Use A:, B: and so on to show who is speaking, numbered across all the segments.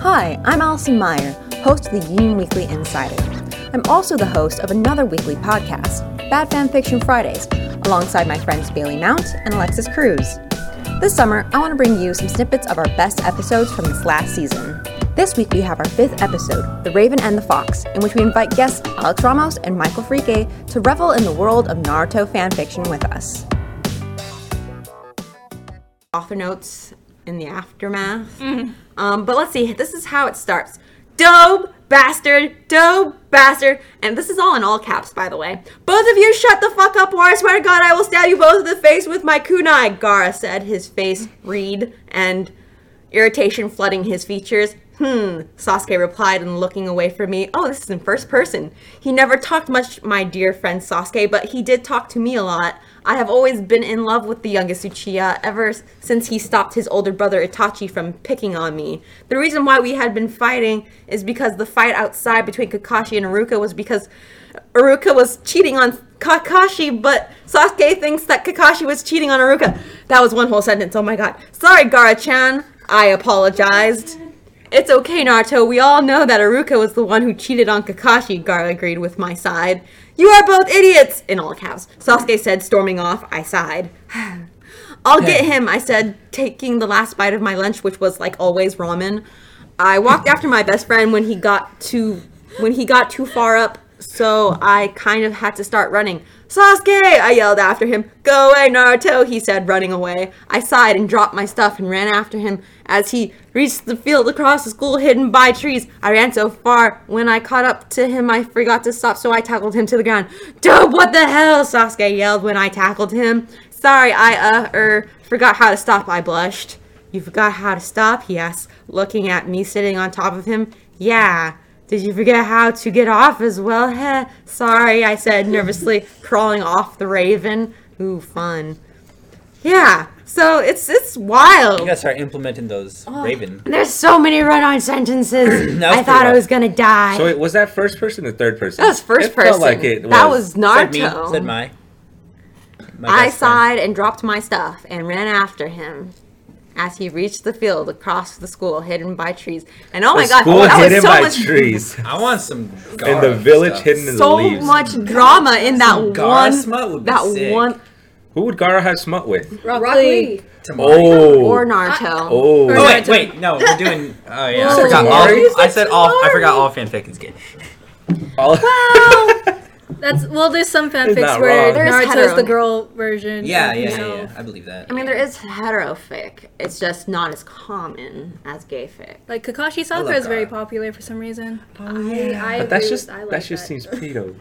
A: Hi, I'm Allison Meyer, host of the Union Weekly Insider. I'm also the host of another weekly podcast, Bad Fan Fiction Fridays, alongside my friends Bailey Mount and Alexis Cruz. This summer, I want to bring you some snippets of our best episodes from this last season. This week, we have our fifth episode, The Raven and the Fox, in which we invite guests Alex Ramos and Michael Frike to revel in the world of Naruto fanfiction with us. Author notes in the aftermath. Um, but let's see, this is how it starts. Dope bastard, dope bastard, and this is all in all caps, by the way. Both of you shut the fuck up, or I swear to God, I will stab you both in the face with my kunai, Gara said, his face read and irritation flooding his features. Hmm, Sasuke replied and looking away from me. Oh, this is in first person. He never talked much, my dear friend Sasuke, but he did talk to me a lot. I have always been in love with the youngest Uchiha ever s- since he stopped his older brother Itachi from picking on me. The reason why we had been fighting is because the fight outside between Kakashi and Aruka was because Aruka was cheating on Kakashi, but Sasuke thinks that Kakashi was cheating on Aruka. That was one whole sentence. Oh my god. Sorry, Gara-chan. I apologized. It's okay, Naruto. We all know that Aruka was the one who cheated on Kakashi, Gara agreed with my side. You are both idiots! In all caps. Sasuke said, storming off. I sighed. I'll get him, I said, taking the last bite of my lunch, which was like always ramen. I walked after my best friend when he got too when he got too far up, so I kind of had to start running. Sasuke! I yelled after him. Go away, Naruto, he said, running away. I sighed and dropped my stuff and ran after him as he reached the field across the school hidden by trees. I ran so far when I caught up to him I forgot to stop, so I tackled him to the ground. Dude, what the hell? Sasuke yelled when I tackled him. Sorry, I uh er forgot how to stop. I blushed. You forgot how to stop? He asked, looking at me sitting on top of him. Yeah. Did you forget how to get off as well? Heh. Sorry, I said nervously, crawling off the raven. Ooh, fun. Yeah. So it's it's wild.
B: You gotta start implementing those Raven.
A: There's so many run-on sentences.
B: That was
A: I thought
B: pretty
A: I
B: rough.
A: was gonna die.
C: So wait, was that first person or third person?
A: that was first
C: it
A: person.
C: Felt like it was.
A: That was
B: Said me,
A: Naruto.
B: said my. my
A: I
B: best friend.
A: sighed and dropped my stuff and ran after him as he reached the field across the school hidden by trees. And oh my
C: The
A: god,
C: school
A: that was
C: hidden
A: so
C: by
A: much
C: trees,
B: I want some.
C: and
B: Gara
C: the village
B: stuff.
C: hidden in the
A: so
C: leaves.
A: much drama in that
B: Some Gara
A: one
B: smut would be
A: that
B: sick.
A: one
C: Who would Gara have smut with?
A: Rock
D: Rock
A: Lee
D: Lee.
B: Tamari.
C: Oh,
A: or Naruto.
C: oh,
B: Oh wait, wait, no, we're doing. Oh yeah,
A: Oh,
B: I forgot.
A: Tamari?
B: All, I said all. I forgot all fanfic is gay.
D: That's well. There's some
C: not
D: fanfics where
C: wrong. There's
D: Naruto's
A: hetero.
D: the girl version.
B: Yeah,
D: and,
B: yeah,
D: you
B: yeah,
D: know,
B: yeah. I believe that.
A: I mean, there is heterofic. It's just not as common as gay fic.
D: Like Kakashi
B: love
D: Sakura is very
B: Gaara.
D: popular for some reason.
A: yeah.
C: but that's just that just seems pedo,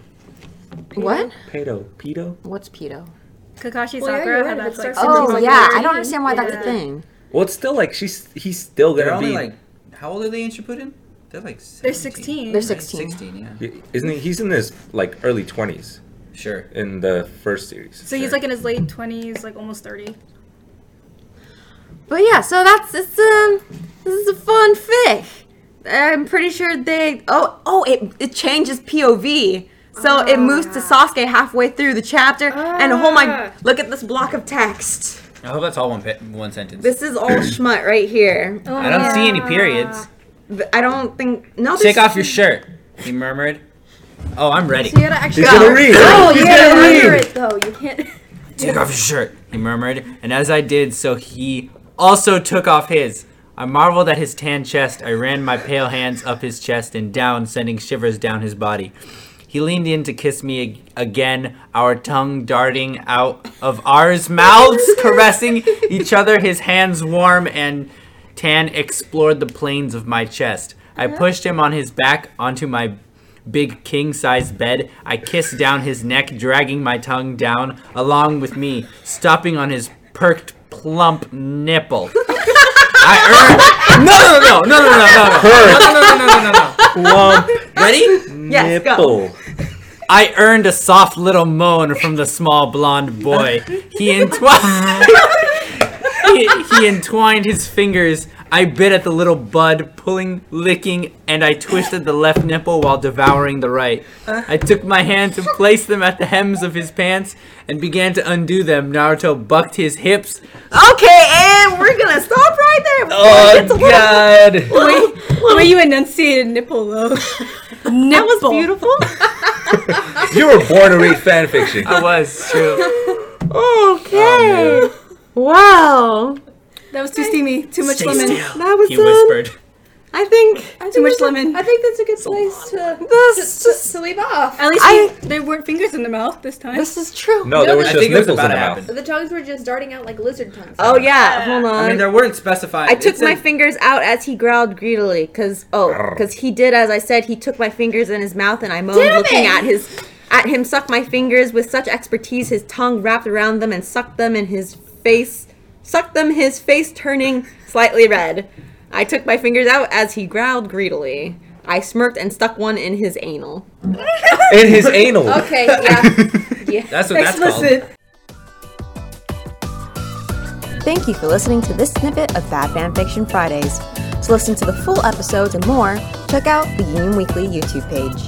A: What?
C: pedo, pedo.
A: What's pedo?
D: Kakashi
E: Well, yeah,
D: Sakura
E: you're right,
D: had that
E: it
D: like.
E: starts
D: sentence
A: Oh
D: like
A: yeah, I
D: that.
A: don't understand why that's a
D: Yeah.
A: thing.
C: Well, it's still like she's he's still
B: They're
C: gonna
B: only
C: be.
B: like, how old are they in Shippuden? They're like. 17,
D: They're 16.
A: They're
B: right?
A: 16.
B: yeah.
C: isn't he? He's in his like early twenties
B: Sure.
C: in the first series.
D: So he's
B: Sure.
D: like in his late twenties, like almost thirty.
A: But yeah, so that's it's um this is a fun fic. I'm pretty sure they oh oh it it changes POV. So it moves to Sasuke halfway through the chapter and oh my
E: Ah.
A: look at this block of text.
B: I hope that's all one pa- one sentence.
A: This is all schmut right here.
B: I don't see any periods.
A: Th- I don't think no
B: Take
A: there's-
B: off your shirt. He murmured. Oh, I'm ready.
E: You gotta actually.
C: He's gonna read.
E: Oh,
C: he's
E: you gotta
C: gonna read.
E: remember it though. You can't.
B: Take off your shirt, he murmured, and as I did so, he also took off his. I marveled at his tan chest. I ran my pale hands up his chest and down, sending shivers down his body. He leaned in to kiss me ag- again, our tongue darting out of ours, mouths caressing each other, his hands warm and tan explored the plains of my chest. I pushed him on his back onto my big king sized bed. I kissed down his neck, dragging my tongue down along with me, stopping on his perked, plump nipple. I er- no, no, no, no, no, no, no, no, no, no, no, no, no, no, no.
C: Plump
B: Ready?
A: Yes, go.
C: nipple.
B: I earned a soft little moan from the small blonde boy. He entwined. he, he entwined his fingers. I bit at the little bud, pulling, licking, and I twisted the left nipple while devouring the right. I took my hands and placed them at the hems of his pants and began to undo them. Naruto bucked his hips. Oh,
A: Okay, and we're gonna stop right there. before it gets a little,
B: God!
A: little, little
D: way you enunciated nipple though.
A: That was beautiful.
C: You were born to read fan fiction.
B: I was true. Oh,
A: okay. wow.
D: That was too steamy. Too much
B: Stay
D: lemon.
B: still.
A: That was
B: he
A: um,
B: whispered.
A: I think uh,
D: Too much lemon.
E: I think that's a good place to,
A: this
E: to, to leave off.
D: At least
A: I-
D: we- there weren't fingers in the mouth this time.
A: this is true.
C: No, there was
B: I
C: just
B: think it was
C: nipples in
B: about
C: the
B: to
C: mouth.
B: happen.
E: The tongues were just darting out like lizard tongues.
A: Oh yeah, hold on.
B: I mean, there weren't specified.
A: I took
B: it
A: my
B: said-
A: fingers out as he growled greedily, cause oh, cause he did as I said. He took my fingers in his mouth, and I moaned,
E: Damn
A: looking
E: it!
A: at his, at him suck my fingers with such expertise. His tongue wrapped around them and sucked them in his face, sucked them his face, turning slightly red. I took my fingers out as he growled greedily. I smirked and stuck one in his anal.
C: In his anal.
E: Okay, yeah. yeah.
B: That's what that's called.
A: Thank you for listening to this snippet of Bad Fan Fiction Fridays. To listen to the full episodes and more, check out the Union Weekly YouTube page.